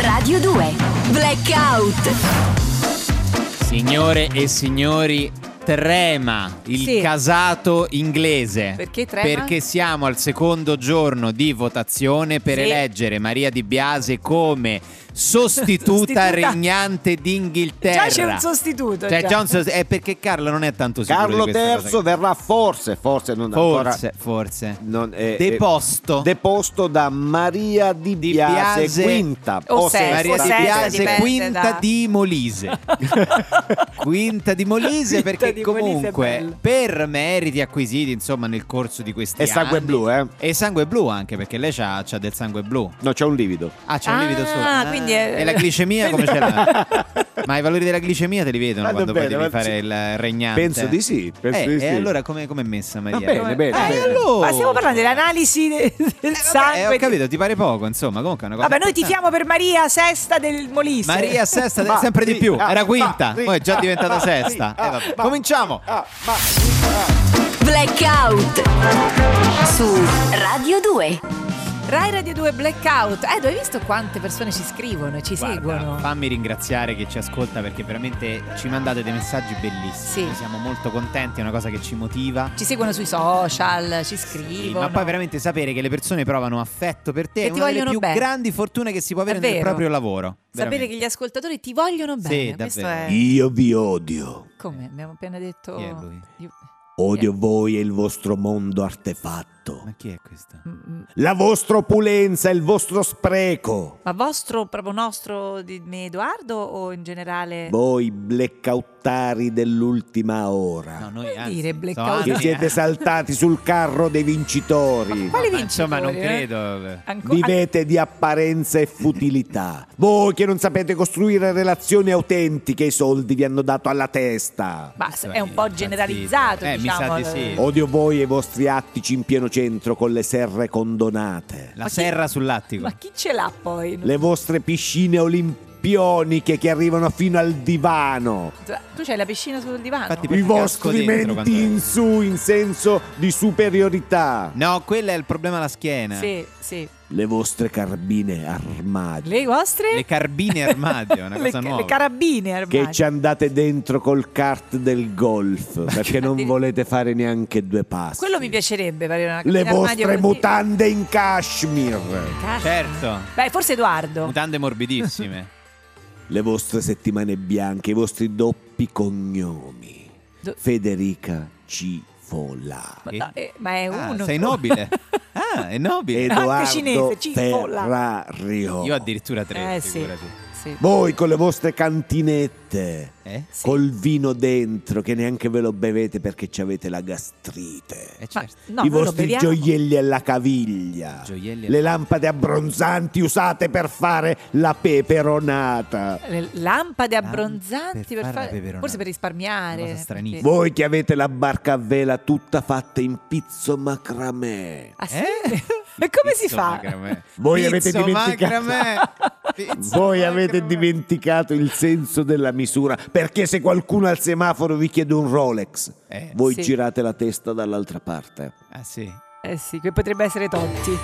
Radio 2 Blackout Signore e signori, trema il Sì. casato inglese. Perché trema? Perché siamo al secondo giorno di votazione per Sì. eleggere Maria Di Biase come sostituta Sostituta. regnante d'Inghilterra. Già c'è un sostituto, Cioè, già. già un sost- è perché Carlo non è tanto sicuro Carlo di questa III verrà forse, forse non cosa. ancora Forse, forse. non, eh, Deposto. eh, deposto da Maria di Di Biase, Biase. quinta O sesta. Maria Di Forse, Biase, dipende quinta da- di Molise. quinta di Molise Quinta perché di Molise è comunque bello. per meriti acquisiti insomma nel corso di questi E anni sangue blu, eh? e sangue blu anche perché lei c'ha, c'ha del sangue blu No, c'è un livido. ah c'è un Ah, livido solo quindi è- e la glicemia come ce l'ha? ma i valori della glicemia te li vedono Vado quando poi bene, devi vado- fare il regnante Ah, Penso di sì, penso Eh, di e sì. allora come come è messa Maria? Eh, bene, bene, bene. allora- Ma stiamo parlando dell'analisi de- del Eh, vabbè, sangue. ho capito ti pare poco insomma comunque è una cosa Vabbè, noi importante. tifiamo per Maria Sesta del Molise. Maria sesta, Ma- sempre di sì, più. ah, Era quinta, ma- sì, poi è già ah, diventata ma- sesta. sì, Eh, ah, vabbè. ma- Cominciamo. Ah, ma Blackout Su Radio 2 Rai Radio 2 Blackout. Eh, dove hai visto quante persone ci scrivono e ci Guarda, seguono? fammi ringraziare chi ci ascolta perché veramente ci mandate dei messaggi bellissimi. Sì. Siamo molto contenti, è una cosa che ci motiva. Ci seguono sui social, ci Sì, scrivono. ma poi veramente sapere che le persone provano affetto per te Che è ti una delle vogliono più bene. grandi fortune che si può avere È nel vero. proprio lavoro. Sapere che gli ascoltatori ti vogliono Sì, bene. Questo davvero. è. Io vi odio. Come? Abbiamo appena detto. Chi è lui? Io- Odio voi e il vostro mondo artefatto. Ma chi è questo? Mm, mm. La vostra opulenza, il vostro spreco. Ma vostro, proprio nostro di me, Edoardo, o in generale? Boh, Voi blackoutari dell'ultima ora. No, noi Vuol anzi, dire sono blackout? anni, Che siete eh. saltati sul carro dei Quali vincitori. Ma vincitori? Insomma, non eh? credo. Anco- Vivete di apparenza e futilità. Voi che non sapete costruire relazioni autentiche, i soldi vi hanno dato alla testa. Ma Questo è un po' generalizzato, Eh, mi sa diciamo. di sì. Odio voi e i vostri attici in pieno centro con le serre condonate. La Ma chi- serra sull'attico. Ma chi ce l'ha poi? Le vostre piscine olimpioniche che arrivano fino al divano. Tu c'hai la piscina sul divano? Infatti, I Ci casco vostri dentro quando- menti in su in senso di superiorità. No, quello è il problema alla schiena. Sì, sì. Le vostre carbine armate. Le vostre? Le carbine armadio, una Le- cosa le, nuova. carabine Che armadio. ci andate dentro col kart del golf perché non Addir- volete fare neanche due passi. Quello mi piacerebbe, avere una Le carabina armadio vostre così. mutande in cashmere, Cazzo. Certo, Beh, forse Edoardo. mutande morbidissime. le vostre settimane bianche, i vostri doppi cognomi. Do- Federica Cifola. Ma, no, eh, ma è Ah, uno. Eh, sei nobile. Ah, è nobile. Ed- Edoardo cinese, Cifolla. Ferrario. Io addirittura tre, Eh sì. figurati. sì. Voi con le vostre cantinette, Eh? Sì. col vino dentro che neanche ve lo bevete perché ci avete la gastrite. Eh, Ma- certo. no, noi I lo vostri beviamo. gioielli alla caviglia, Gioielli alla- le lampade abbronzanti usate per fare la peperonata. Le lampade Lamp- abbronzanti per per, fare la fare, peperonata. forse per risparmiare. Una cosa stranissima. perché- Voi che avete la barca a vela tutta fatta in pizzo macramè. Ah, sì? Eh? e come si Pizzo fa? macramè. Voi Pizzo avete dimenticato- macramè. Pizzo Voi avete macramè. dimenticato il senso della misura, perché se qualcuno al semaforo vi chiede un Rolex, Eh, voi sì. girate la testa dall'altra parte. Ah sì. Eh sì, che potrebbe essere Totti.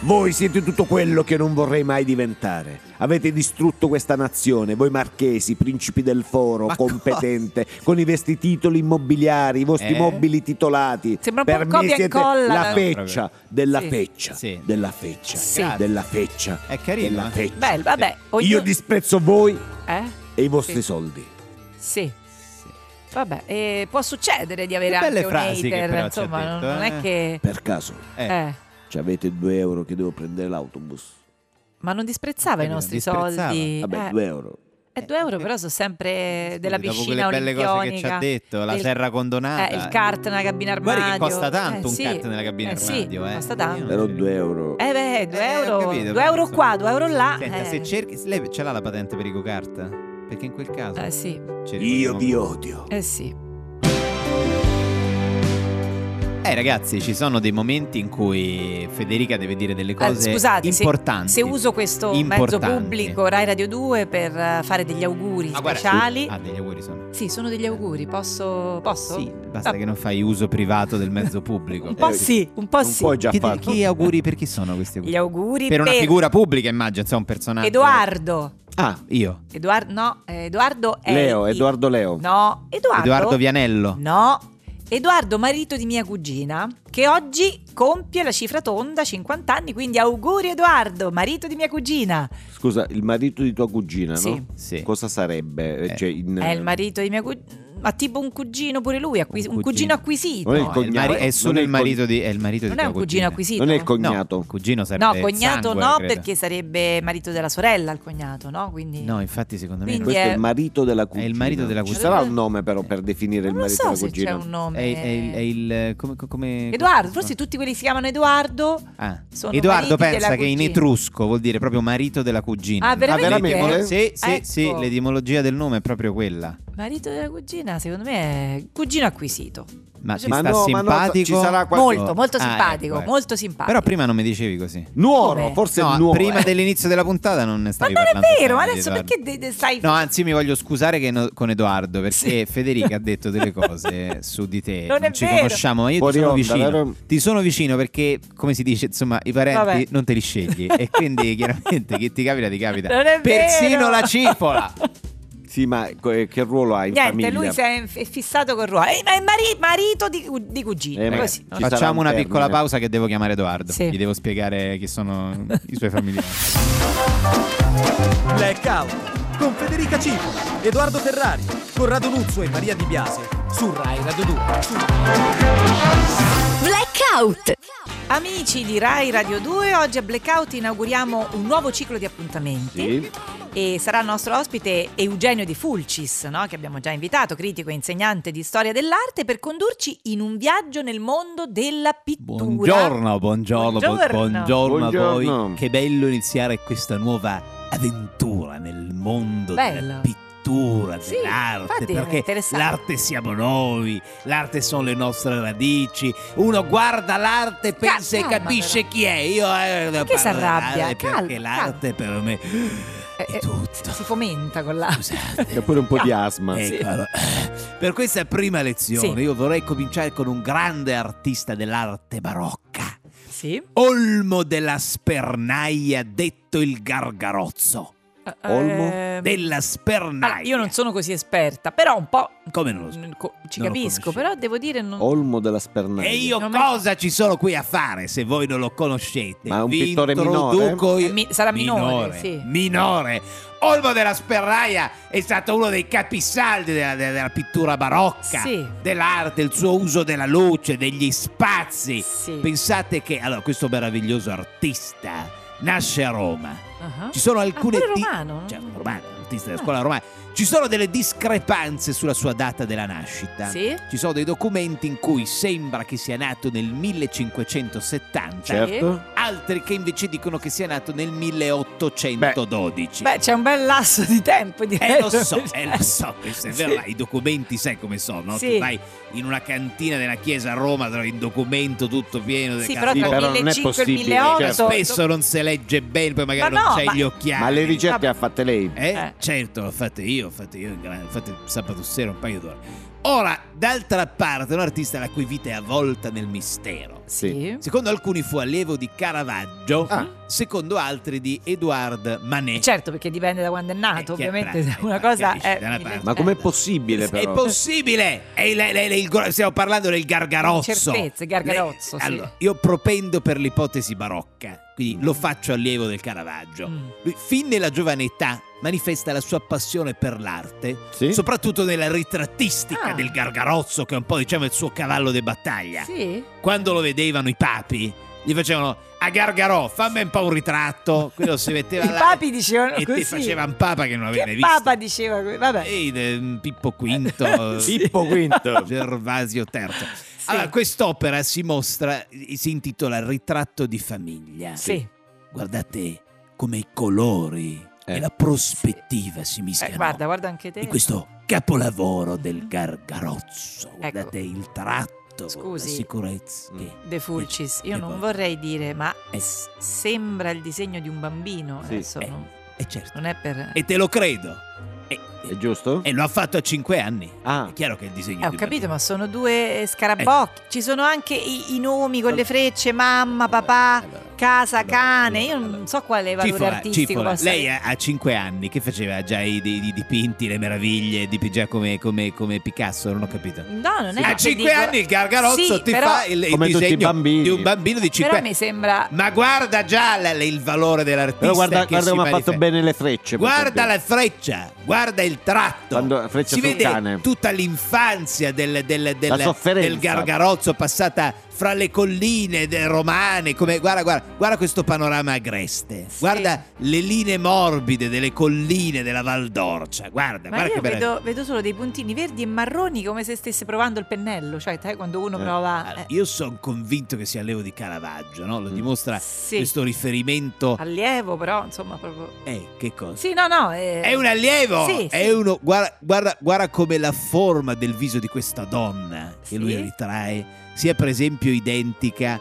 Voi siete tutto quello che non vorrei mai diventare. Avete distrutto questa nazione, voi marchesi, principi del foro, Ma competente, con i vesti titoli immobiliari, i vostri Eh? mobili titolati. Sembra un po' per un me copia e siete colla. La No, feccia, della Sì. feccia, Sì. della feccia, Sì. della feccia. È carino, Della eh? feccia. Bello, vabbè. ognuno- Io disprezzo voi Eh? e i vostri Sì. soldi. Sì. Sì. Vabbè, eh, può succedere di avere Che belle anche un frasi che hater, però ci ha insomma, non- detto, non eh. è che... Per caso, Eh, eh. ci avete due euro che devo prendere l'autobus. Ma non disprezzava i Capito, nostri Eh, disprezzava. soldi. Vabbè, eh. due euro. Eh, due euro però sono sempre scusi, della dopo piscina quelle belle cose che ci ha olimpionica, detto, la il- serra condonata. eh, il kart nella cabina armadio. Guarda che costa tanto Eh, un sì. kart nella cabina Eh, sì, armadio, eh. costa tanto. Però due euro. Eh beh, due Eh, ho euro, capito, due euro insomma. qua, due euro là. Senta, eh. se cerchi se lei ce l'ha la patente per i go-kart? Perché in quel caso Eh sì, ci Io rivolgiamo- Oh vi odio. eh sì. Eh ragazzi, ci sono dei momenti in cui Federica deve dire delle Ah, cose scusate, se- importanti. Se, uso questo mezzo Importanti. pubblico Rai Radio 2 per eh, fare degli auguri Ah, guarda, speciali. sì. Ah, degli auguri sono. Sì, sono degli auguri, posso? posso? Sì, basta Ah. che non fai uso privato del mezzo pubblico. Un po' Eh, sì, un po' Un sì. po' è già Chi, fatto. chi auguri per chi sono questi auguri? Gli auguri per una figura pubblica, immagino, insomma, un personaggio. Edoardo. Ah, io. Edoardo, no, eh, Edoardo è Leo, il- Edoardo Leo. No, Edoardo. Edoardo Vianello. No. Edoardo, marito di mia cugina, che oggi compie la cifra tonda 50 anni, quindi auguri Edoardo, marito di mia cugina. Scusa, il marito di tua cugina, Sì. no? Sì. Cosa sarebbe? Eh, Eh, Cioè, in- È il marito di mia cugina, ma tipo un cugino pure lui, acquis- Un un, cugino. cugino acquisito. eh. Non è il No, è, il cognome, mari- è non solo è il il marito di. È il marito Non di è tua un cugino cugina. acquisito. Non è il No, cognato. cugino sarebbe No, cognato sangue, no, credo. perché sarebbe marito della sorella il cognato, no? Quindi No, infatti, secondo me. Quindi non- Questo è è- il marito della È cugina. il marito della Ci cugina. sarà un nome però per definire non il lo marito so della se c'è cugina? un nome. È, è il- è il. Come. come- Edoardo, come- forse tutti quelli che si chiamano Edoardo. Ah. sono Edoardo mariti pensa della che in cugina. etrusco vuol dire proprio marito della cugina. Ah, veramente? Ah, l'etimolo- Sì, sì, Ecco. sì, l'etimologia del nome è proprio quella. Marito della cugina, secondo me è cugino acquisito. Ma ti Ma sta no, ma no, simpatico? ci sarà qualche- Molto, molto Ecco. Ah, simpatico, ecco, ecco. molto simpatico. Però prima non mi dicevi così. Nuoro, Come? forse no, nuoro. prima eh. dell'inizio della puntata non ne Ma stavi non è parlando. vero, bene di adesso Edoardo. perché de- de- stai No, anzi, io mi voglio scusare che no- con Edoardo perché Federica ha detto delle cose su di te. Non è ci vero. conosciamo, ma io Fuori ti sono onda, vicino. vero? Ti sono vicino perché, come si dice, insomma, i parenti Vabbè. non te li scegli. e quindi chiaramente chi ti capita, ti capita. Non è Persino vero. la cipola. Sì, ma co- eh, che ruolo hai in Niente, famiglia? lui si è inf- è fissato col ruolo. Ehi, ma è mari- marito di, cu- di cugino. Eh, ma- così. ci sarà un Facciamo una termine. piccola pausa che devo chiamare Edoardo. Sì. Gli devo spiegare chi sono i suoi familiari. Blackout con Federica Cipo, Edoardo Ferrari, Corrado Luzzo e Maria Di Biase su Rai Radio 2. Blackout. Amici di Rai Radio 2, oggi a Blackout inauguriamo un nuovo ciclo di appuntamenti. Sì. E sarà il nostro ospite Eugenio Di Fulcis, no? che abbiamo già invitato, critico e insegnante di storia dell'arte, per condurci in un viaggio nel mondo della pittura. Buongiorno, buongiorno, bu- Buongiorno. buongiorno a voi. Buongiorno. Che bello iniziare questa nuova avventura nel mondo della Bello. pittura, Sì, dell'arte, infatti è perché interessante. l'arte siamo noi, l'arte sono le nostre radici. Uno guarda l'arte, pensa e calma, capisce però. chi è. Io eh, devo Perché parlare, s'arrabbia? Perché Calma, l'arte per me Eh, è eh, tutto. Si fomenta con la... C'è Scusate. pure un po' di asma. Eh, Ecco, allora, Per questa prima lezione Sì. io vorrei cominciare con un grande artista dell'arte barocca, Sì. Olmo della Spernaia, detto il Gargarozzo. Olmo? Ehm, Della Spernaia. allora, io non sono così esperta, però un po'... Come non lo so? mm, co- ci Non lo Oh, capisco, conoscevo. però devo dire... Non... Olmo della Spernaia. E io Non me- cosa ci sono qui a fare se voi non lo conoscete? Ma è un Vi pittore minore? introduco io- Eh, mi- sarà minore, sì. Minore. Olmo della Sperraia è stato uno dei capisaldi della, della- della pittura barocca, Sì. dell'arte, il suo uso della luce, degli spazi. Sì. Pensate che allora, questo meraviglioso artista nasce a Roma. Ah. Ci sono alcune Ah, pure romano? Certo, romano, artista della scuola romana. Ci sono delle discrepanze sulla sua data della nascita. Sì. Ci sono dei documenti in cui sembra che sia nato nel 1570, Certo. altri che invece dicono che sia nato nel 1812. Beh, c'è un bel lasso di tempo, direi. Eh lo so, eh lo so, questo è vero, Sì. ma i documenti sai come sono, no? Sì. Tu vai in una cantina della chiesa a Roma, trovi il documento tutto pieno Sì, delle però Sì, tra però il non è 1500 e il possibile, 1800... certo. cioè, Spesso non si legge bene, poi magari Ma non no, c'è ma- gli occhiali. Ma le ricerche le ha fatte lei? Eh, Eh. certo, l'ho fatte io, ho fatte io, in grande- fatte sabato sera un paio d'ore. Ora, d'altra parte, un artista la cui vita è avvolta nel mistero. Sì. Secondo alcuni fu allievo di Caravaggio, Ah. secondo altri di Edouard Manet. Certo, perché dipende da quando è nato, Eh, chi è ovviamente bravo, una eh, cosa capisci, è... da una parte. Ma com'è possibile È però? possibile! È il- è il- è il gro- stiamo parlando del gargarozzo. Certezze, gargarozzo, Le- sì. Allora, io propendo per l'ipotesi barocca, quindi lo faccio allievo del Caravaggio. Mm. Lui, fin nella giovane età, manifesta la sua passione per l'arte, Sì? soprattutto nella ritrattistica Ah. del gargarozzo, che è un po' diciamo il suo cavallo di battaglia. Sì? Quando lo vedevano i papi, gli facevano a Gargarò, fammi un po' un ritratto. Quello si metteva I là papi dicevano e così. ti faceva un papa che non avevi Che mai visto. Eh, papa diceva così? Vabbè. Eh, Ehi, de- Pippo Quinto, Sì. Pippo Quinto. Gervasio III. Allora, quest'opera si mostra, si intitola Ritratto di famiglia. Sì. Guardate come i colori Eh. e la prospettiva si mischiano. Eh, guarda, guarda anche te. In questo capolavoro del Gargarozzo, guardate il tratto fatto con la Ecco. Scusi. sicurezza? Mm. Che- De Fulcis, io che non cosa? vorrei dire, ma Eh. s- sembra il disegno di un bambino. Sì. Adesso Eh, non, eh, certo. non è per. E te lo credo. E, È giusto? Eh. e lo ha fatto a 5 anni. Ah. È chiaro che il disegno Eh, ho di capito, Barbie- ma sono due scarabocchi. Ci sono anche i, i nomi con le frecce, mamma, papà, Allora, casa, allora, cane. Io allora, non so quale valore Cifola, artistico Cifola, possa eh, lei a, 5 anni che faceva già i, i- i dipinti, le meraviglie, dipingeva come, come- come Picasso, non ho capito. No, non è A che 5 dico- anni il Gargarozzo Sì, ti però- fa il, il Come tutti i disegno bambini. di un bambino di 5 Però anni. mi sembra. Ma guarda già la- il valore dell'artista. Però guarda, che guarda si come ha fatto manifesta. bene le frecce. per Guarda esempio. la freccia, guarda il tratto. Quando- freccia si sul vede cane. tutta l'infanzia del, del, del- La sofferenza. del gargarozzo passata fra le colline de- romane. Come, guarda, guarda, guarda questo panorama agreste. Sì. Guarda le linee morbide delle colline della Val d'Orcia. Guarda, Ma guarda io che bella. vedo, vedo solo dei puntini verdi e marroni come se stesse provando il pennello, cioè sai, quando uno Eh, prova Allora, eh, io sono convinto che sia Leo di Caravaggio, no? Lo Mm. dimostra Sì. questo riferimento. allievo, però insomma proprio... Eh, che cosa? Sì, no, no. eh, È un allievo! Sì, è sì. uno. Guarda, guarda, guarda come la forma del viso di questa donna che Sì. lui ritrae sia, per esempio, identica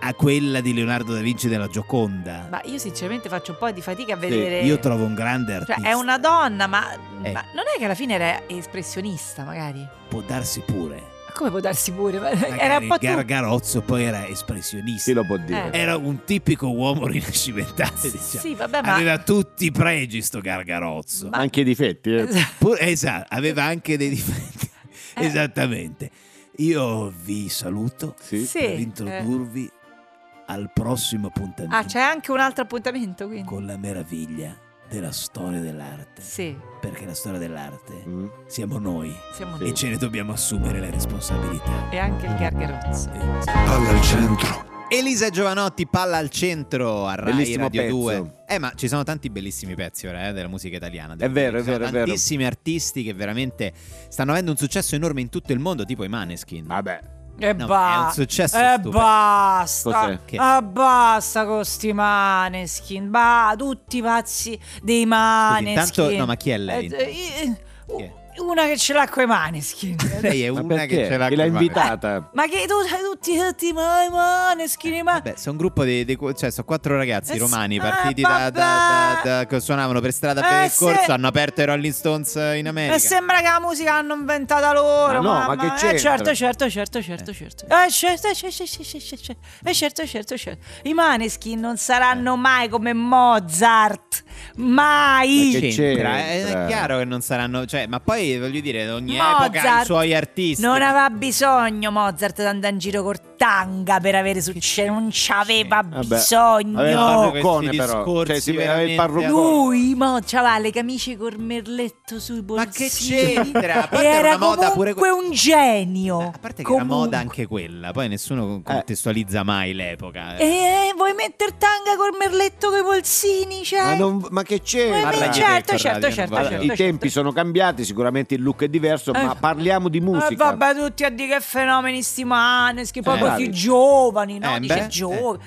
a quella di Leonardo da Vinci della Gioconda. Ma io sinceramente faccio un po' di fatica a vedere... Io trovo un grande Cioè, artista. è una donna, ma, Eh. ma non è che alla fine era espressionista, magari. Ma Può darsi pure. come può darsi pure? Ma- era Magari un po' tu. Gargarozzo poi era espressionista. Chi lo può dire? Eh. Era un tipico uomo rinascimentale, diciamo. Sì, vabbè, ma... Aveva tutti i pregi sto Gargarozzo. Ma- Anche i difetti. eh. Pur- esatto, aveva anche dei difetti. Eh. Esattamente. Io vi saluto Sì. Sì. eh. per introdurvi al prossimo appuntamento Ah, c'è anche un altro appuntamento, quindi. con la meraviglia della storia dell'arte. Sì, Perché la storia dell'arte Mm. siamo noi siamo Sì. e ce ne dobbiamo assumere la responsabilità. E anche il Gargarozzo. Palla al centro. Elisa Giovanotti, palla al centro a Rai Bellissimo Radio pezzo. 2. Eh, ma ci sono tanti bellissimi pezzi ora eh, della musica italiana. devo È dire. vero, è Ci sono vero, è vero. Tantissimi artisti che veramente stanno avendo un successo enorme in tutto il mondo, tipo i Maneskin. Vabbè. E No, ba- è un successo E stupendo. basta. Cos'è? Che? Ah, basta con sti maneskin. Ba, tutti pazzi dei maneskin. intanto- no, ma chi è lei? Eh, eh, Chi è? una che ce l'ha coi maneskin. Lei è Ma una perché? che ce l'ha Chi l'ha con- invitata? ma che tu sai tutti, tutti i ma- i maneskin, i ma- Vabbè, Ah, sono un gruppo di, di- cioè sono quattro ragazzi Eh sì, romani eh, partiti da, da- da- vabbè. da- che suonavano per strada Eh per il sì. corso, hanno aperto i Rolling Stones eh, in America. E sembra che la musica l'hanno inventata loro. Ma no, ma mamma. che Eh, c'entra? certo, certo, certo, certo, certo. Eh, certo, certo, certo, certo, certo. Eh, certo, certo, certo. I maneskin non saranno Eh. mai come Mozart. Mai. Ma che che c'entra? Eh, c'entra? È chiaro che non saranno, cioè, ma poi voglio dire, ogni epoca ha i Mozart suoi artisti. Non aveva bisogno Mozart di andare in giro col tanga per avere successo, non ci aveva Vabbè. Aveva il bisogno. parrucco- questi parruccone però. Cioè, discorsi si aveva il veramente parruccone. Lui, mo, c'aveva le camicie col merletto sui Ma che borsini. c'entra? A E parte era una moda pure comunque que- Eh, un genio. A parte che era Comunque. moda anche quella, poi nessuno contestualizza mai l'epoca. Eh, vuoi mettere tanga col merletto coi polsini, cioè? Ma, non- ma che Eh, c'entra? Parla beh, di certo, Record certo, Radio, certo, non Allora, certo, vale. I certo. tempi sono cambiati, sicuramente il look è diverso, Eh. ma parliamo di musica. Eh, vabboi, tutti a dire che fenomeni sti maneschi, poi Eh, così bravi. giovani, no? Eh, Dice beh, giovani.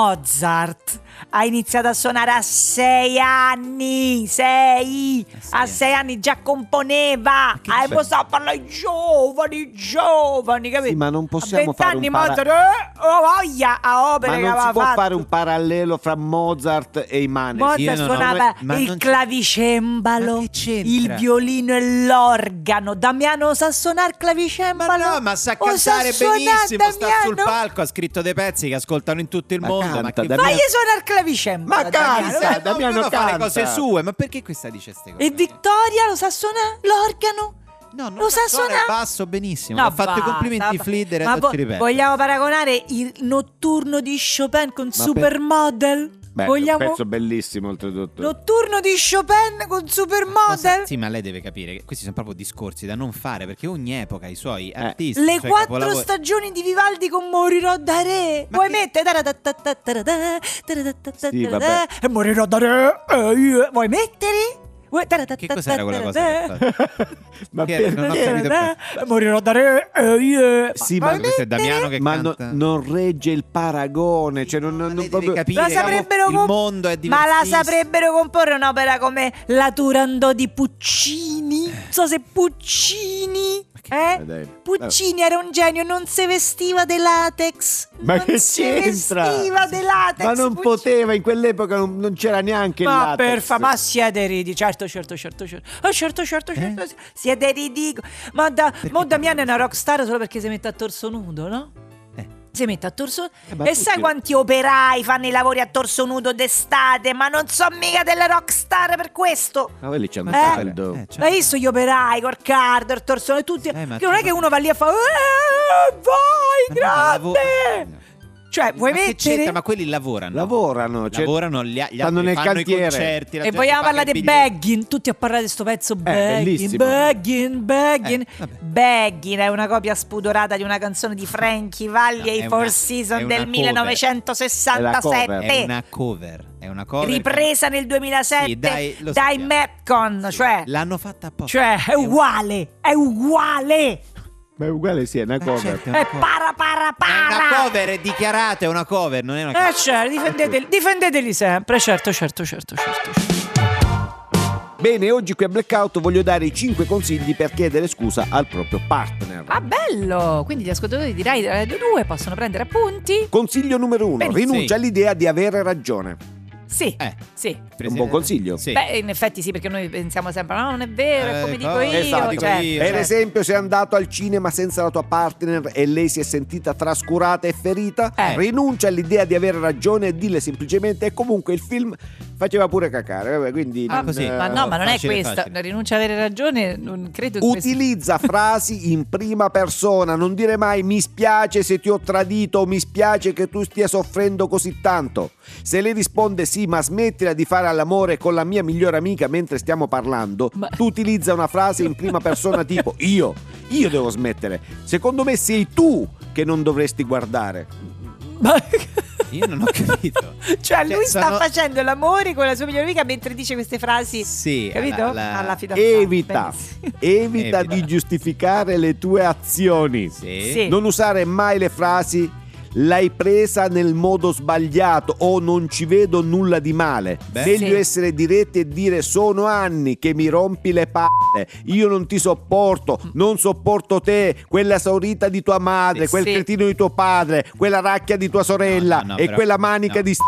Mozart ha iniziato a suonare a sei anni, sei, Eh, A sei a anni. sei anni già componeva, Eh, che e c'è? poi sta a parlare ai giovani, giovani, capito? Sì, ma non possiamo a fare vent'anni un para- Mozart, eh, ho voglia a opere Ma che non si aveva può fatto. fare un parallelo fra Mozart e i Maneskin. Io Mozart non ho suonava mai- ma il non- clavicembalo, Ma che il c'entra? violino e l'organo. Damiano sa suonare il Ma clavicembalo. no, ma sa O cantare suonare, benissimo, sta sul Damiano? palco, ha scritto dei pezzi che ascoltano in tutto il Ma mondo. canta, ma che Damiano. Fagli suonare il clavicembalo. Ma Damiano. cazzo! Eh, Damiano ognuno fa le canta. cose sue, ma perché questa dice queste cose? E Vittoria lo sa suonare l'organo? No, non lo sa suonare suonare? basso benissimo. ha fatto i basta, complimenti va- Flitter Ma e vo- ci ripeto. vogliamo paragonare il notturno di Chopin con per- Supermodel? Beh, è vogliamo un pezzo bellissimo oltretutto. notturno di Chopin con Supermodel? Sì, ma lei deve capire che questi sono proprio discorsi da non fare perché ogni epoca ha i suoi Eh. artisti. Le i suoi quattro capolavori. stagioni di Vivaldi con Morirò da re. Ma Vuoi che- mettere? Taratatatatara, taratatatatara, Sì, vabbè. e Morirò da re. eh, io. Vuoi mettere? Vuoi- Che cos'era quella cosa? che ha fatto? ma Chi era? perché? Non ho capito Taratatatatara, più. e Morirò da re. eh, io. Sì, Ma ma vuoi Questo è Damiano mettere? che Ma no- canta. non regge il paragone, cioè non, non, Ma non lei deve proprio- capire La che saprebbero il comp- mondo è Ma la diversissimo. saprebbero comporre Eh. un'opera come La Turandot di Puccini? Non so se Puccini perché. Eh? dai. Puccini era un genio, non si vestiva de latex. Ma non che si c'entra? vestiva de latex. Ma non Puccini. poteva, in quell'epoca non, non c'era neanche il Ma latex. per fa, ma siete ridicoli, certo, certo, certo, certo, oh, certo, Eh? certo, certo, siete ridicoli. Ma, da, mo Damiano è una rockstar solo perché si mette a torso nudo, no? Eh. Si mette a torso nudo. e sai quanti operai fanno i lavori a torso nudo d'estate? Ma non so mica delle rockstar per questo. Ma quelli c'hanno Eh? caldo. Eh, certo. L'hai visto gli operai col cardo, il torso nudo, tutti? Eh, ma che non è che- che uno va lì e fa "Eh, vai, Ma no, ma grande! lavo- Cioè, vuoi Ma che c'entra? mettere Ma quelli lavorano. Lavorano, cioè- Lavorano gli, gli stanno altri, nel fanno cantiere. i concerti. la E gente vogliamo paga parlare il di biglietto. Baggin, tutti a parlare di sto pezzo Baggin, bellissimo. Baggin, Baggin. Eh, vabbè. Baggin è una copia spudorata di una canzone di Frankie Valli No, e è i una- Four è Seasons una del cover. È 1967. una cover. È una cover. Ripresa nel 2007 Sì, dai, lo dai sappiamo. Metcon, cioè, L'hanno fatta apposta. cioè è uguale, è uguale, Ma è uguale, sì, è Eh, una cover. certo, è para para È una para. cover, è dichiarata, è una cover, non è una Eh certo, difendeteli, difendeteli sempre, certo, certo, certo, certo. certo. Bene, oggi qui a Blackout voglio dare i 5 consigli per chiedere scusa al proprio partner. Ah, bello! Quindi gli ascoltatori di Rai Radio 2 possono prendere appunti? Consiglio numero 1, Benissimo. rinuncia all'idea di avere ragione. Sì. Eh. Sì. Presi- Un buon consiglio. Sì. Beh, in effetti sì, perché noi pensiamo sempre, no, non è vero, è Eh, come dico cosa io. dico io, cioè, certo. Per esempio, se è andato al cinema senza la tua partner e lei si è sentita trascurata e ferita, Eh. rinuncia all'idea di avere ragione e dille semplicemente comunque il film faceva pure cacare. Vabbè, quindi Ah, non- così. eh, Ma no, ma non è Facile, questa. facile. Rinuncia ad avere ragione, non credo che questo- Utilizza frasi in prima persona, non dire mai mi spiace se ti ho tradito o mi spiace che tu stia soffrendo così tanto. Se lei risponde sì ma smettila di fare all'amore con la mia migliore amica mentre stiamo parlando, Ma- tu utilizza una frase in prima persona tipo io, io devo smettere. Secondo me sei tu che non dovresti guardare. Ma- Io non ho capito. Cioè, lui sta sono- facendo l'amore con la sua migliore amica mentre dice queste frasi. Sì, Capito? alla- alla- Alla fidanzata. Evita, Benissimo. evita Evita. di giustificare le tue azioni. Sì. Sì. Non usare mai le frasi l'hai presa nel modo sbagliato o non ci vedo nulla di male. Beh. Meglio Sì. essere diretti e dire sono anni che mi rompi le palle, io non ti sopporto, non sopporto te, quella saurita di tua madre, Eh, Sì. quel Sì. cretino di tuo padre, quella racchia di tua sorella No, no, no, e però- quella manica no. di s***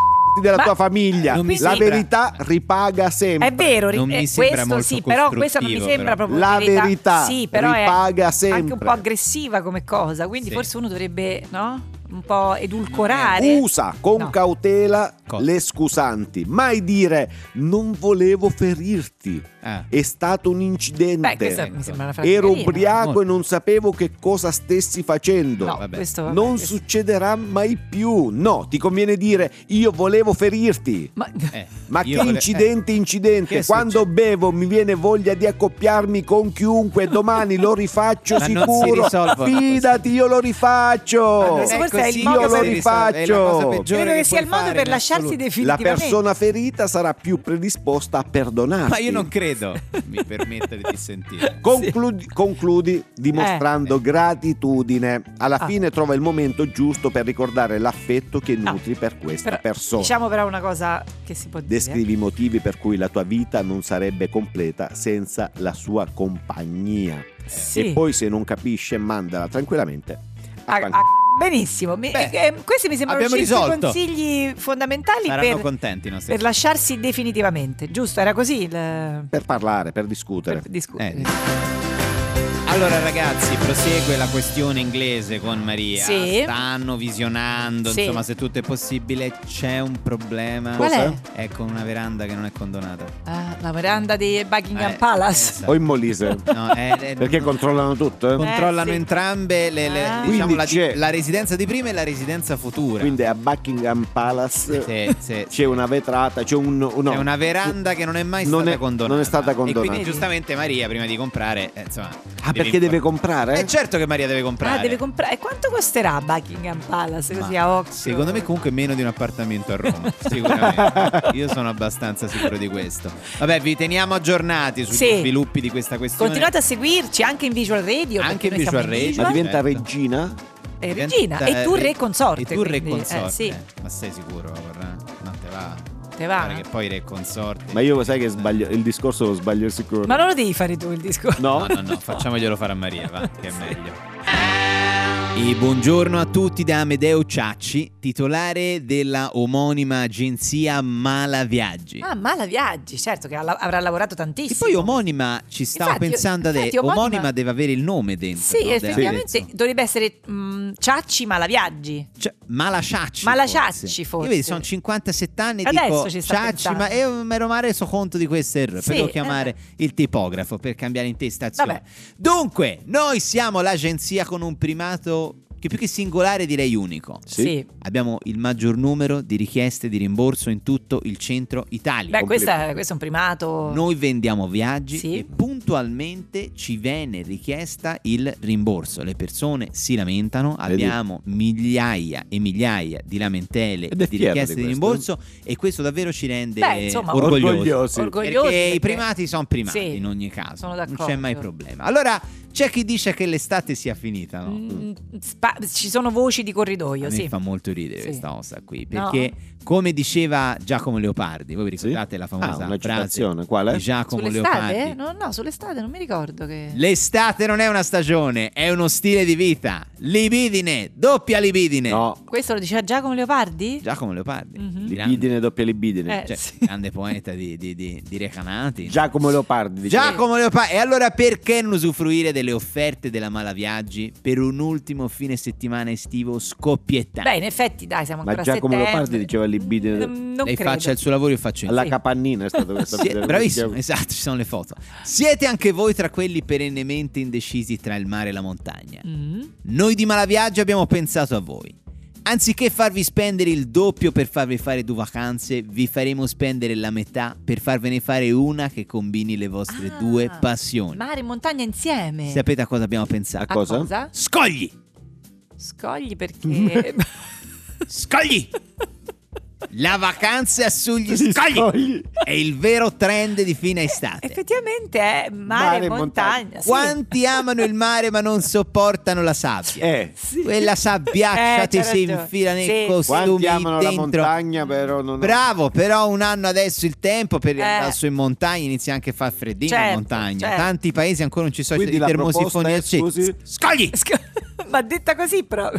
della Ma- tua famiglia. non mi La sembra- verità ripaga sempre. È vero, ri- Non mi eh, sembra questo molto sì, però questo non mi costruttivo, però. sembra proprio La un'utilità. verità Sì, però è ripaga anche un sempre. po' aggressiva come cosa, quindi Sì. forse uno dovrebbe, no? Un po' edulcorare. Usa con No. cautela Cosa? le scusanti, mai dire non volevo ferirti, Ah. è stato un incidente. Eh. Beh, questa mi sembra una frase Ero carina. ubriaco Molto. e non sapevo che cosa stessi facendo. No, Vabbè. questo vabbè, non questo- succederà mai più. No, ti conviene dire io volevo ferirti. Ma- Eh, Ma io che vole- incidente, eh. incidente. Che Quando bevo mi viene voglia di accoppiarmi con chiunque. Domani lo rifaccio Ma non si sicuro. risolvono Fidati, io lo Ma rifaccio. non È si Forse è così il modo che per- si risolve, è la cosa peggiore Credo che sia puoi il modo fare per in lasciarsi assoluto. La definitivamente. persona ferita sarà più predisposta a perdonarti. Ma io non credo, mi permette di dissentire. Concludi, concludi dimostrando Eh. gratitudine. Alla Ah. fine trova il momento giusto per ricordare l'affetto che Ah. nutri per questa Però- persona. Diciamo però una cosa che si può dire. Descrivi i motivi per cui la tua vita non sarebbe completa senza la sua compagnia. Sì. E poi se non capisce, mandala tranquillamente. a Ah, can- ah, benissimo. Mi- Beh, eh, questi mi sembrano abbiamo cinque risolto. consigli fondamentali Saranno per, contenti i nostri per lasciarsi definitivamente, giusto? Era così il per parlare, per discutere. per discutere. Eh, Allora ragazzi, prosegue la questione inglese con Maria. Sì. Stanno visionando, Sì. insomma, se tutto è possibile c'è un problema. Qual è? È con una veranda che non è condonata. Ah, la veranda di Buckingham Eh, Palace. Ah, esatto. O in Molise. No, eh, è- è- Perché controllano tutto? eh? controllano sì. entrambe le, le- Ah. diciamo, Quindi la, c'è- la residenza di prima e la residenza futura. Quindi a Buckingham Palace Sì, sì, c'è sì. una vetrata, c'è un... no. C'è una veranda che non è mai Non stata è- condonata. non è stata condonata. E quindi giustamente Maria prima di comprare, eh, insomma, Ah, perché deve comprare? È certo che Maria deve comprare. Ah, deve comprare. E quanto costerà Buckingham Palace? Così Ma a occhio. Secondo me comunque meno di un appartamento a Roma, sicuramente. Io sono abbastanza sicuro di questo. Vabbè, vi teniamo aggiornati sugli Sì. sviluppi di questa questione. Continuate a seguirci anche in Visual Radio. Anche perché in noi siamo Visual Radio. Ma diventa Certo. regina? E regina. E tu re consorte. eh, E tu re quindi, eh, consorte. sì. Ma sei sicuro? Corrado? Non te va. te va. Guarda che poi re consorte. Ma io sai che sbaglio, il discorso lo sbaglio sicuro. Ma non lo devi fare tu il discorso. No? No, no, no, facciamoglielo fare a Maria, va, che è meglio. E buongiorno a tutti da Amedeo Ciacci, titolare della omonima agenzia Malaviaggi. Ah, mala viaggi, certo che alla- avrà lavorato E tantissimo. poi omonima ci stavo Infatti, pensando infatti, adesso. Omonima... omonima deve avere il nome dentro. Sì, no? Deve effettivamente avere- dovrebbe essere mm, Ciacci Malaviaggi. Cioè, Malaciacci. Malaciacci, forse. Io vedi, sono 57 anni e Adesso dico ci sta Ciacci, pensando. ma io mi ero mai reso conto di questo errore. Sì, per chiamare eh. il tipografo per cambiare intestazione. Vabbè. Dunque, noi siamo l'agenzia con un primato che più che singolare direi unico. Sì. Abbiamo il maggior numero di richieste di rimborso in tutto il centro Italia. Beh, questa- questo è un primato. Noi vendiamo viaggi Sì. e puntualmente ci viene richiesta il rimborso. Le persone si lamentano, Vedi? abbiamo migliaia e migliaia di lamentele Ed è di fiero di richieste di, questo. rimborso e questo davvero ci rende Beh, insomma, orgogliosi. Orgogliosi. orgogliosi. Perché i perché- primati sono primati Sì, in ogni caso, sono non c'è d'accordo. mai problema. Allora, c'è chi dice che l'estate sia finita, no? Mm, spa- ci sono voci di corridoio, A me sì. fa molto ridere Sì. questa cosa qui, No. perché come diceva Giacomo Leopardi, voi vi ricordate la Ah, famosa una frase citazione, qual è? di Giacomo Sull'estate? Leopardi? No, no, sull'estate non mi ricordo che. L'estate non è una stagione, è uno stile di vita. Libidine, doppia libidine. No, Questo lo diceva Giacomo Leopardi? Giacomo Leopardi, Mhm. grande, libidine doppia libidine. Eh, cioè, sì. grande poeta di, di, di, di Recanati. Giacomo Leopardi. dice. Giacomo Leopardi, e allora perché non usufruire delle offerte della Malaviaggi per un ultimo fine settimana estivo scoppiettante? Beh, in effetti, dai, siamo Ma ancora a Giacomo settembre. Leopardi diceva libidine. Non, non Lei credo. faccia il suo lavoro, io faccio il Alla Sì. capannina è stato questo. Sì, bravissimo, esatto, ci sono le foto. Siete anche voi tra quelli perennemente indecisi tra il mare e la montagna. Mm. Noi di Malaviaggio abbiamo pensato a voi. Anziché farvi spendere il doppio per farvi fare due vacanze, vi faremo spendere la metà per farvene fare una che combini le vostre Ah, due passioni. Eh. Mare e montagna insieme. Sapete a cosa abbiamo A Ah. pensato? cosa? Scogli! Scogli perché. Scogli! La vacanza sugli Gli scogli scogli. è il vero trend di fine estate. Eh, Effettivamente è mare, Mare e e montagna. sì. Quanti amano il mare ma non sopportano la sabbia? Eh, Sì. Quella sabbiaccia Eh, ti c'ha si ragione. infila nei Sì. costumi quanti amano la dentro. montagna però non... Bravo, però un anno adesso il tempo per Eh. andare su in montagna inizia anche a far freddino in Certo, montagna. certo. Tanti paesi ancora non ci sono Quindi i la termosifoni proposta è, al cielo. scusi, Scogli! Sc- Ma detta così, però.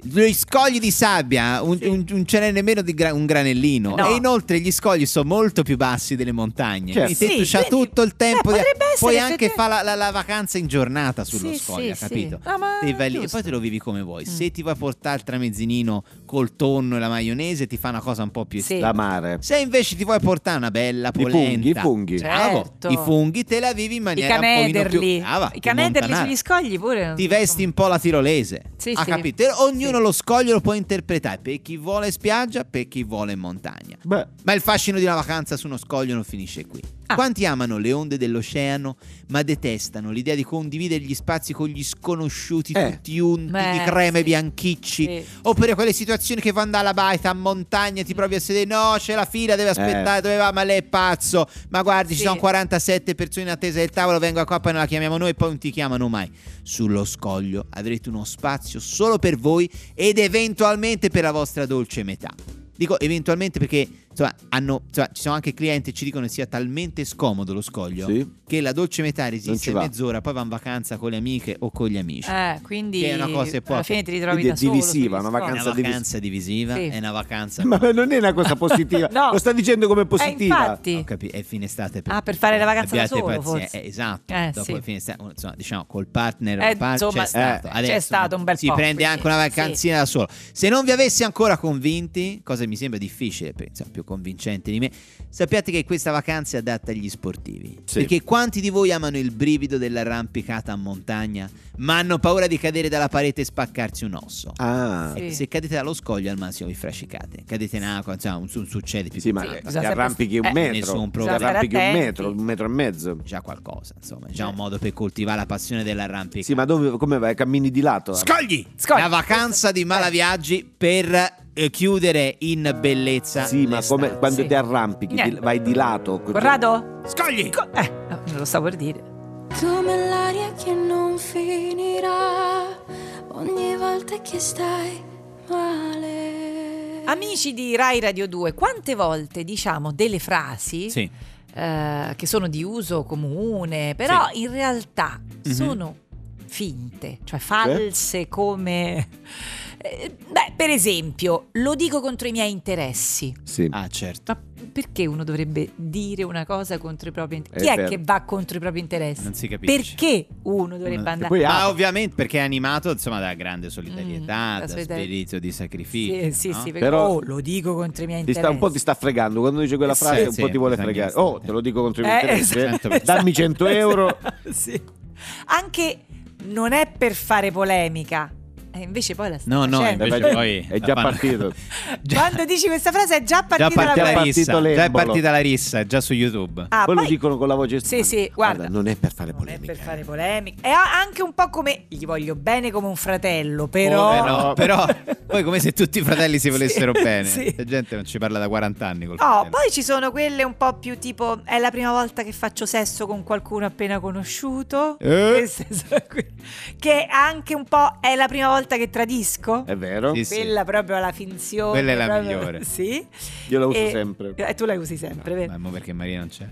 Gli scogli di sabbia, un, un- non ce n'è nemmeno di gra- un granellino. No. E inoltre gli scogli sono molto più bassi delle montagne. Certo. Quindi te Sì, c'ha quindi- tutto il tempo. eh, di... potrebbe essere Puoi anche effettivamente- fare la, la- la vacanza in giornata sullo Sì, scoglio, sì, capito? sì. Ah, ma Te vai lì e giusto. Mm. poi te lo vivi come vuoi. Se ti vuoi portare il tramezinino col tonno e la maionese, ti fa una cosa un po' più Sì. La mare. Se invece ti vuoi portare una bella I funghi, i polenta, funghi. bravo, Certo. i funghi te la vivi in I maniera un pochino più canederli. brava, I canederli montanara. sugli scogli pure. Ti vesti un po' la tirolese. Sì, ha sì. capito? E Ognuno Sì. lo scoglio lo può interpretare per chi vuole spiaggia, per chi vuole montagna. Beh, Ma il fascino di una vacanza su uno scoglio non finisce qui. Ah. Quanti amano le onde dell'oceano, ma detestano l'idea di condividere gli spazi con gli sconosciuti, Eh. tutti unti di Beh, creme sì. bianchicci. Sì. Oppure quelle situazioni che vanno alla baita, a montagna, Mm. ti provi a sedere, no, c'è la fila, deve Eh. aspettare, dove va, ma lei è pazzo. Ma guardi, ci Sì. sono 47 persone in attesa del tavolo, vengo qua, poi non la chiamiamo noi e poi non ti chiamano mai. Sullo scoglio avrete uno spazio solo per voi ed eventualmente per la vostra dolce metà. Dico eventualmente perché insomma, hanno- insomma, ci sono anche clienti che ci dicono che sia talmente scomodo lo scoglio sì. che la dolce metà Non ci resiste va. mezz'ora, poi va in vacanza con le amiche o con gli amici. Eh, quindi. Che è una cosa e poco. alla fine ti ritrovi Quindi da è solo divisiva, sugli una scogli. È una vacanza vacanza divisiva, Sì. è una vacanza... Ma non è una cosa positiva. No. Lo sta dicendo come Eh, positiva. Ho infatti. capito, è fine estate. Ah, per fare la vacanza da abbiate solo, pazienza. forse. Eh, esatto. Eh, Dopo sì. il fine estate, insomma, diciamo, col partner, Eh, o par- insomma, c'è stato. eh, Adesso, c'è stato un bel Si po', prende quindi, anche una sì. vacanzina da solo. Se non vi avessi ancora convinti, cosa mi sembra difficile, per, insomma, più convincente di me, sappiate che questa vacanza è adatta agli sportivi. Sì. Perché quanti di voi amano il brivido dell'arrampicata a montagna, ma hanno paura di cadere dalla parete e spaccarsi un osso? Ah, Sì. Ecco, se cadete dallo scoglio al massimo vi frascicate, cadete in acqua, insomma, un- un succede più sì, ma di ti tanto. bisogna sempre- arrampichi un eh, metro. nessun Ti problema. arrampichi un Stare metro, attenti. un metro e mezzo. già qualcosa, insomma, è già un modo per coltivare la passione dell'arrampicata. Sì, ma dove, come vai? Cammini di lato? eh? Scogli! Scogli. La vacanza di Malaviaggi per eh, chiudere in bellezza. Sì, ma l'estate. come quando Sì. ti arrampichi, ti- Niente. vai di lato. Corrado? Scogli! Co- eh, no, non lo stavo per dire. Come l'aria che non finirà ogni volta che stai male. Amici di Rai Radio 2, quante volte diciamo delle frasi Sì. eh, che sono di uso comune, però in realtà sono finte, cioè false come... Eh, Beh, per esempio, lo dico contro i miei interessi. Sì. Ah, certo. Ma perché uno dovrebbe dire una cosa contro i propri È interessi? Chi è vero. che va contro i propri interessi? Non si capisce. Perché uno dovrebbe Uno- e andare poi Ma apre. ovviamente perché è animato insomma da grande solidarietà, Mm, la da solidarietà. spirito di sacrificio. Sì, sì, no? sì, perché- Però- oh, lo dico contro i miei Ti interessi. sta, un po' ti sta fregando quando dice quella Eh Sì, frase, un sì, esatto, po' ti vuole bisogna fregare. stare Oh, te lo dico contro i miei Eh, interessi. eh. esatto, Dammi esatto, 100 euro. esatto, sì. Anche non è per fare polemica. E invece poi la stai No, no, facendo. invece Dai, poi Ah, è già la fanno- partito. Quando dici questa frase è già Già partita partita la la partito rissa, già è l'embolo. partita la rissa, è già su YouTube. Ah, Poi lo poi- dicono con la voce Sì, strana. sì, guarda. Non è per fare Non è polemica. per fare polemica. È a- anche un po' come gli voglio bene come un fratello, però Oh, però, però poi come se tutti i fratelli si volessero Sì, bene. sì. La gente non ci parla da 40 anni col Oh, fratello. poi ci sono quelle un po' più tipo è la prima volta che faccio sesso con qualcuno appena conosciuto. Eh? Queste sono que- Che anche un po' è la prima volta che tradisco. È vero? Sì, sì. Quella proprio alla finzione. Quella è la proprio- migliore. Sì. Io la uso E- sempre. E tu la usi sempre, vero? Ma mo perché Maria non c'è.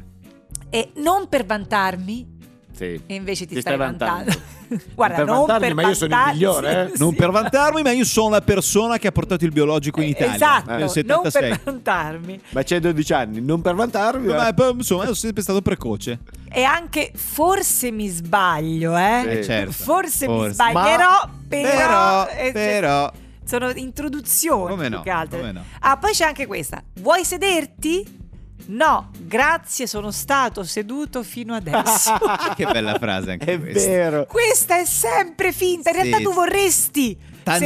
E non per vantarmi, Sì. e invece ti, Ti stai, stai vantando. Non per vantarmi, ma io sono il vantarsi- migliore, eh. sì. Non per vantarmi, ma io sono la persona che ha portato il biologico in Italia. eh. Esatto, nel non 76. per vantarmi. Ma c'è 12 anni, non per vantarvi. Ma Ma... poi, insomma, sono sempre stato precoce. E anche forse mi sbaglio, eh? Eh, certo. Forse, mi Forse. sbaglierò, però, Però, eh, cioè, però, sono introduzioni Come no, più che altro. come no. Ah, poi c'è anche questa. Vuoi sederti? No, grazie, sono stato seduto fino adesso. Ah, che bella frase anche È questa. vero. Questa è sempre finta. In Sì, realtà tu sì. vorresti Tantissimo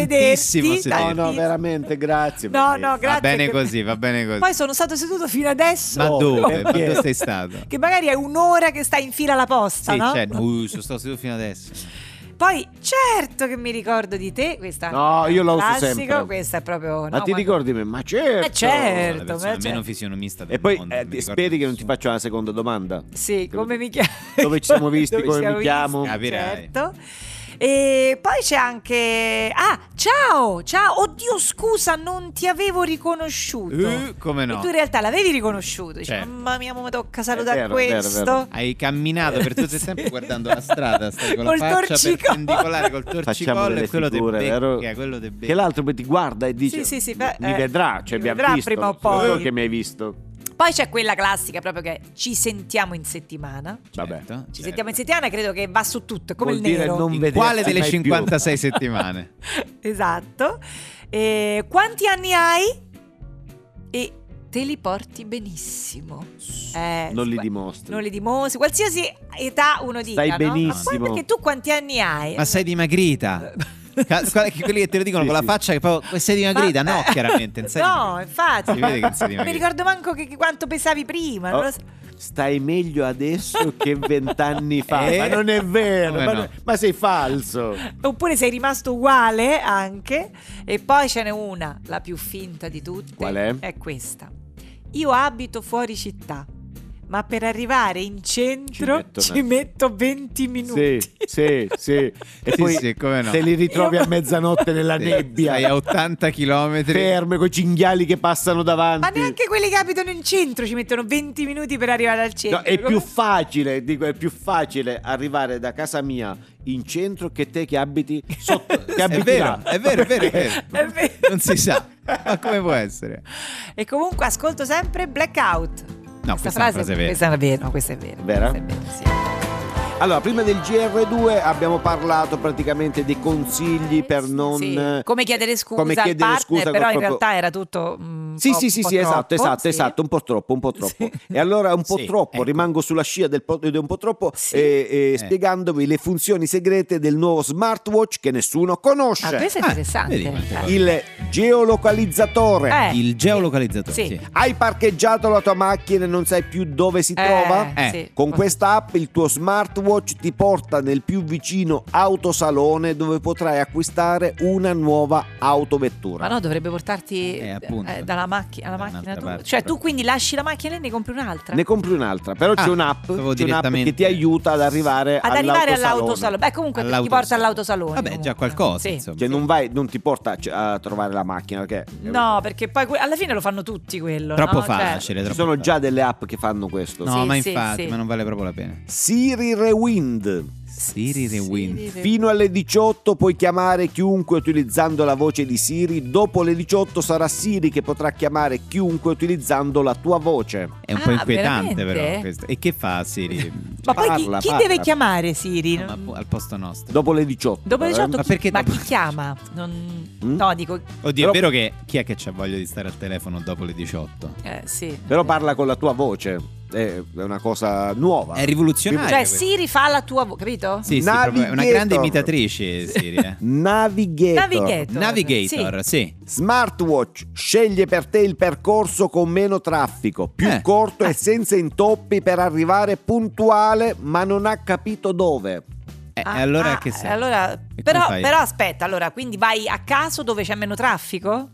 sederti. sederti. No, no, veramente, grazie, No, perché- no, Va grazie. Va bene che- così, va bene così. Poi sono stato seduto fino adesso. Ma dove? Ma perché? dove sei stato? Che magari è un'ora che stai in fila alla posta, Sì, no? cioè, uh, sono stato seduto fino adesso. Poi, certo che mi ricordo di te. Questa No, io la uso classico, sempre. Questa è proprio. Ma no, ti quando- ricordi me? Ma certo. Eh, certo, Sono la ma persona certo. meno fisionomista del E poi mondo, eh, non mi ricordo speri che non ti nessuno. faccia una seconda domanda. Sì, Te lo come dico. mi chiamo? Dove ci siamo visti, Dove come ci siamo mi chiamo? visti, Capirai. Certo. E poi c'è anche Ah, ciao, ciao. Oddio, scusa, non ti avevo riconosciuto. Eh, come no? E tu in realtà l'avevi riconosciuto. Dici, Certo. mamma mia, mo mi tocca salutare È vero, è vero, è questo. vero. Hai camminato per tutto il Sì. tempo guardando la strada, stavi con la Col faccia torcicollo. perpendicolare col Facciamo torcicollo delle e quello te figure, vero? becca, quello te Che becca. l'altro poi ti guarda e dice: Sì, sì, sì, "Mi- beh, Mi eh, vedrà, cioè, mi mi ha vedrà visto. prima o Sono solo poi. che mi hai visto. Poi c'è quella classica proprio che è, ci sentiamo in settimana. Ci Vabbè. Certo, certo. sentiamo eh, in settimana, credo che va su tutto, è come Vuol il dire nero. non In vedersi quale delle mai più. 56 settimane? Esatto. E quanti anni hai? E te li porti benissimo. Eh, Non li qua- dimostri. Non li dimostri. Qualsiasi età uno dica, Stai no? Ma benissimo. poi perché tu quanti anni hai? Ma sei dimagrita? Ca- quale- quelli che te lo dicono Sì, con sì. la faccia che proprio sei dimagrita? Ma- No, chiaramente. non sei No, dimagrita. infatti. Si vede che non sei Non mi dimagrita. ricordo manco che, che quanto pesavi prima. non Oh, lo so. Stai meglio adesso che vent'anni fa. Eh? Ma non è vero, Come ma, no? ma sei falso. Oppure sei rimasto uguale anche. E poi ce n'è una, la più finta di tutte. Qual è? questa. Io abito fuori città, ma per arrivare in centro metto ci metto, una- 20 Sì, minuti. sì, sì. E Sì, poi sì, come no. te li ritrovi Io- a mezzanotte nella Sì, nebbia. Sei a 80 km. ferme con i cinghiali che passano davanti. Ma neanche quelli che abitano in centro ci mettono 20 minuti per arrivare al centro. No, è Come- più facile, dico, è più facile arrivare da casa mia in centro che te che abiti sotto. Che È abiti vero, là. è vero, è vero, è vero. È vero. Non si sa. Ma come può essere? E comunque ascolto sempre Blackout. No, questa è una frase vera. Questa è vera, no, questa è vera. Vera? questa è vera, sì. Allora, prima del GR2 abbiamo parlato praticamente dei consigli per non. Eh, eh, Sì, come chiedere scusa come chiedere al partner, scusa col però in proprio- realtà era tutto mm, un Sì, po'- sì, sì, po' sì, esatto, troppo, esatto, sì. esatto, un po' troppo, un po' troppo. E allora un po' Sì, troppo, ecco. rimango sulla scia del po- di un po' troppo Sì. eh, eh, Eh. spiegandovi le funzioni segrete del nuovo smartwatch che nessuno conosce. Ah, questo è Ah, interessante. vedi quante cose. Il geolocalizzatore. Eh, Il geolocalizzatore. Sì. sì. Hai parcheggiato la tua macchina e non sai più dove si eh, trova? Eh, sì. Con questa app il tuo smartwatch ti porta nel più vicino autosalone dove potrai acquistare una nuova autovettura. Ma no, dovrebbe portarti Eh, appunto. eh, dalla macchina alla Da macchina. un'altra tu- parte, Cioè, tu proprio. quindi lasci la macchina e ne compri un'altra. Ne compri un'altra, però c'è Ah, un'app, proprio c'è un'app direttamente. che ti aiuta ad arrivare, Ad arrivare all'autosalone. all'autosalone. Beh, comunque ti All'autosalone. porta all'autosalone. Vabbè, comunque. già qualcosa, Sì. insomma. Cioè, non, vai, non ti porta cioè, a trovare la macchina perché No, perché poi que- alla fine lo fanno tutti quello. Troppo no? Cioè, facile, ci troppo sono facile. già delle app che fanno questo. No, Esatto. Sì, ma sì, infatti, sì. ma non vale proprio la pena. Siri Rewind. Siri Rewind. Siri Fino alle 18 puoi chiamare chiunque utilizzando la voce di Siri, dopo le 18 sarà Siri che potrà chiamare chiunque utilizzando la tua voce. È un po' Ah, inquietante, veramente? però. questo. E che fa Siri? Ma poi chi- Parla, chi, parla. deve chiamare Siri? No, ma pu- al posto nostro. Dopo le eh? 18. Dopo le 18 Ma chi, perché ma dopo- chi chiama? Non- Mm? No, dico... Oddio, è Però- vero che chi è che c'ha voglia di stare al telefono dopo le 18? eh, sì. Però parla con la tua voce, è è una cosa nuova. È rivoluzionario. Cioè, questo. Siri fa la tua voce, capito? Sì, sì, Navigator. proprio- è una grande imitatrice Siri. eh. Navigator. Navigator. Navigator, sì. Smartwatch sceglie per te il percorso con meno traffico, più Eh. corto e senza intoppi per arrivare puntuale, ma non ha capito dove. Eh, Ah, e allora ah, che sei? allora- come però, fai? però aspetta, allora, quindi vai a caso dove c'è meno traffico?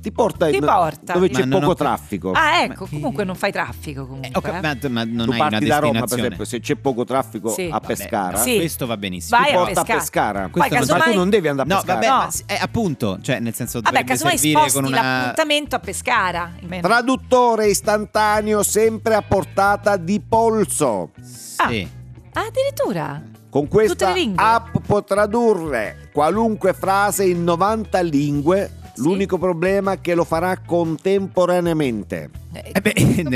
Ti porta, Ti in- porta. dove Ma c'è non ho poco cap- traffico. Ah, ecco, Oh, Ma- comunque non fai traffico comunque. Eh, ho cap- eh. ma, ma non tu hai una parti da Roma, per destinazione. esempio, se c'è poco traffico Sì. a Vabbè, Pescara, Sì. Questo va benissimo. Vai ti a porta a pescare. Pescara. Questo lo- Poi Ma casomai... tu non devi andare a No, Pescara. vabbè, No. ma s- eh, appunto, cioè nel senso Vabbè, dovrebbe casomai servire sposti con una l'appuntamento a pescara. almeno. Traduttore istantaneo sempre a portata di polso. Ah. Sì. Ah, addirittura. Con Tutte questa le lingue? app può tradurre qualunque frase in 90 lingue. Sì. L'unico problema è che lo farà contemporaneamente. Eh, Eh beh,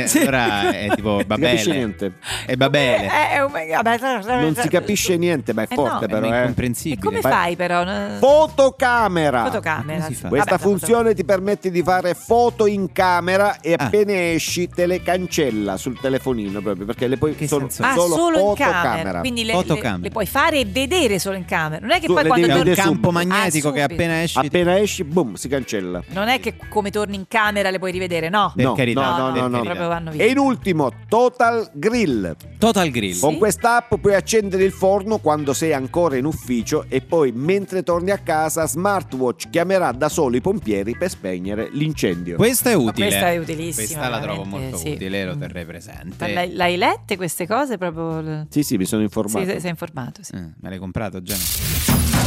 Sì. allora è tipo Non si capisce Babele. niente. È Babele. Eh, eh, oh my God, eh, Non si capisce niente, ma è Eh, forte È no. però. Eh. E incomprensibile. come Fai- fai però? No? Fotocamera. Fotocamera. Ah, Ma come si fa? Vabbè, Questa la foto- funzione ti permette di fare foto in camera e Ah. appena esci te le cancella sul telefonino proprio perché le puoi Che sono senso? Ah, solo, solo, in camera. fotocamera. Quindi le, Fotocamera. le- le puoi fare e vedere solo in camera. Non è che Tu poi le quando C'è devi un Vede torni... campo subito. magnetico Ah, che subito. appena esci Appena esci, boom, si cancella. Non è che come torni in camera le puoi rivedere, no. per no, carità, no, no, per no, no. carità. Proprio vanno via. E in ultimo, Total Grill. Total Grill. Sì. Con quest'app puoi accendere il forno quando sei ancora in ufficio e poi mentre torni a casa Smartwatch chiamerà da solo i pompieri per spegnere l'incendio. Questa è utile. questa è utilissima, Questa la trovo veramente, molto sì. utile, lo Mm. terrei presente. Ma L'hai, l'hai lette queste cose proprio? l- Sì, sì, mi sono informato. Sì, sei, sei informato, sì. Eh, me l'hai comprato già?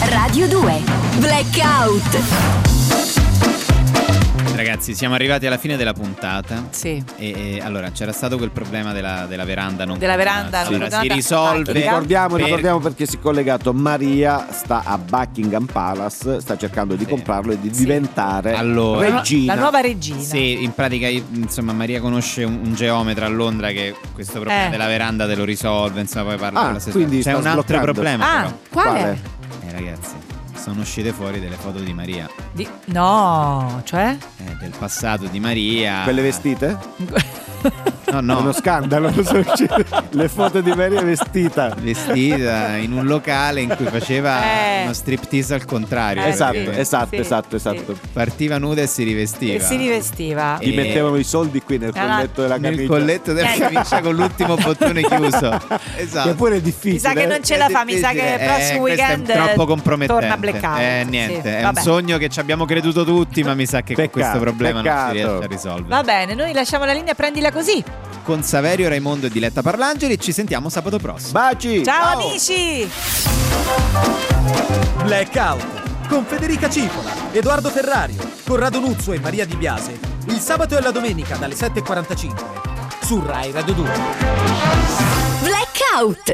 Radio 2 Blackout Ragazzi, siamo arrivati alla fine della puntata. Sì. E, e, allora c'era stato quel problema della, della veranda non Della veranda allora, non si funzionata. risolve Beh, ricordiamo, per- ricordiamo perché si è collegato Maria sta a Buckingham Palace, sta cercando di Sì. comprarlo e di Sì. diventare Allora. regina. La nuova regina. Oh, Sì, in pratica io- insomma Maria conosce un, un geometra a Londra che questo problema Eh. della veranda te lo risolve, insomma poi parla Ah, con la stessa- quindi C'è sta un altro sbloccando. problema Ah, qual è? però. Eh ragazzi, sono uscite fuori delle foto di Maria, Di- No, cioè? eh, del passato di Maria. Quelle vestite? Ah. No, È uno no. scandalo. Le foto di Maria vestita. Eh, Vestita in un locale in cui faceva Eh. uno striptease al contrario. Eh, esatto, perché sì. esatto, Sì, esatto, sì. esatto. Partiva nuda e si rivestiva. E si rivestiva. Ti Eh, mettevano i soldi qui nel Ah, colletto della camicia. Nel colletto della Eh. camicia con l'ultimo bottone chiuso. Esatto. Che pure è difficile. Mi sa che non ce la fa, mi sa che il Eh, prossimo questo weekend è troppo torna compromettente. blackout. Eh, niente, Sì, è vabbè. un sogno che ci abbiamo creduto tutti, ma mi sa che con Peccato, questo problema non peccato. si riesce a risolvere. Va bene, noi lasciamo la linea, prendila così. Con Saverio Raimondo e Diletta Parlangeli ci sentiamo sabato prossimo. Baci! Ciao amici! Blackout con Federica Cipola, Edoardo Ferrario, Corrado Nuzzo e Maria Di Biase. Il sabato e la domenica dalle 7.45 su Rai Radio 2. Blackout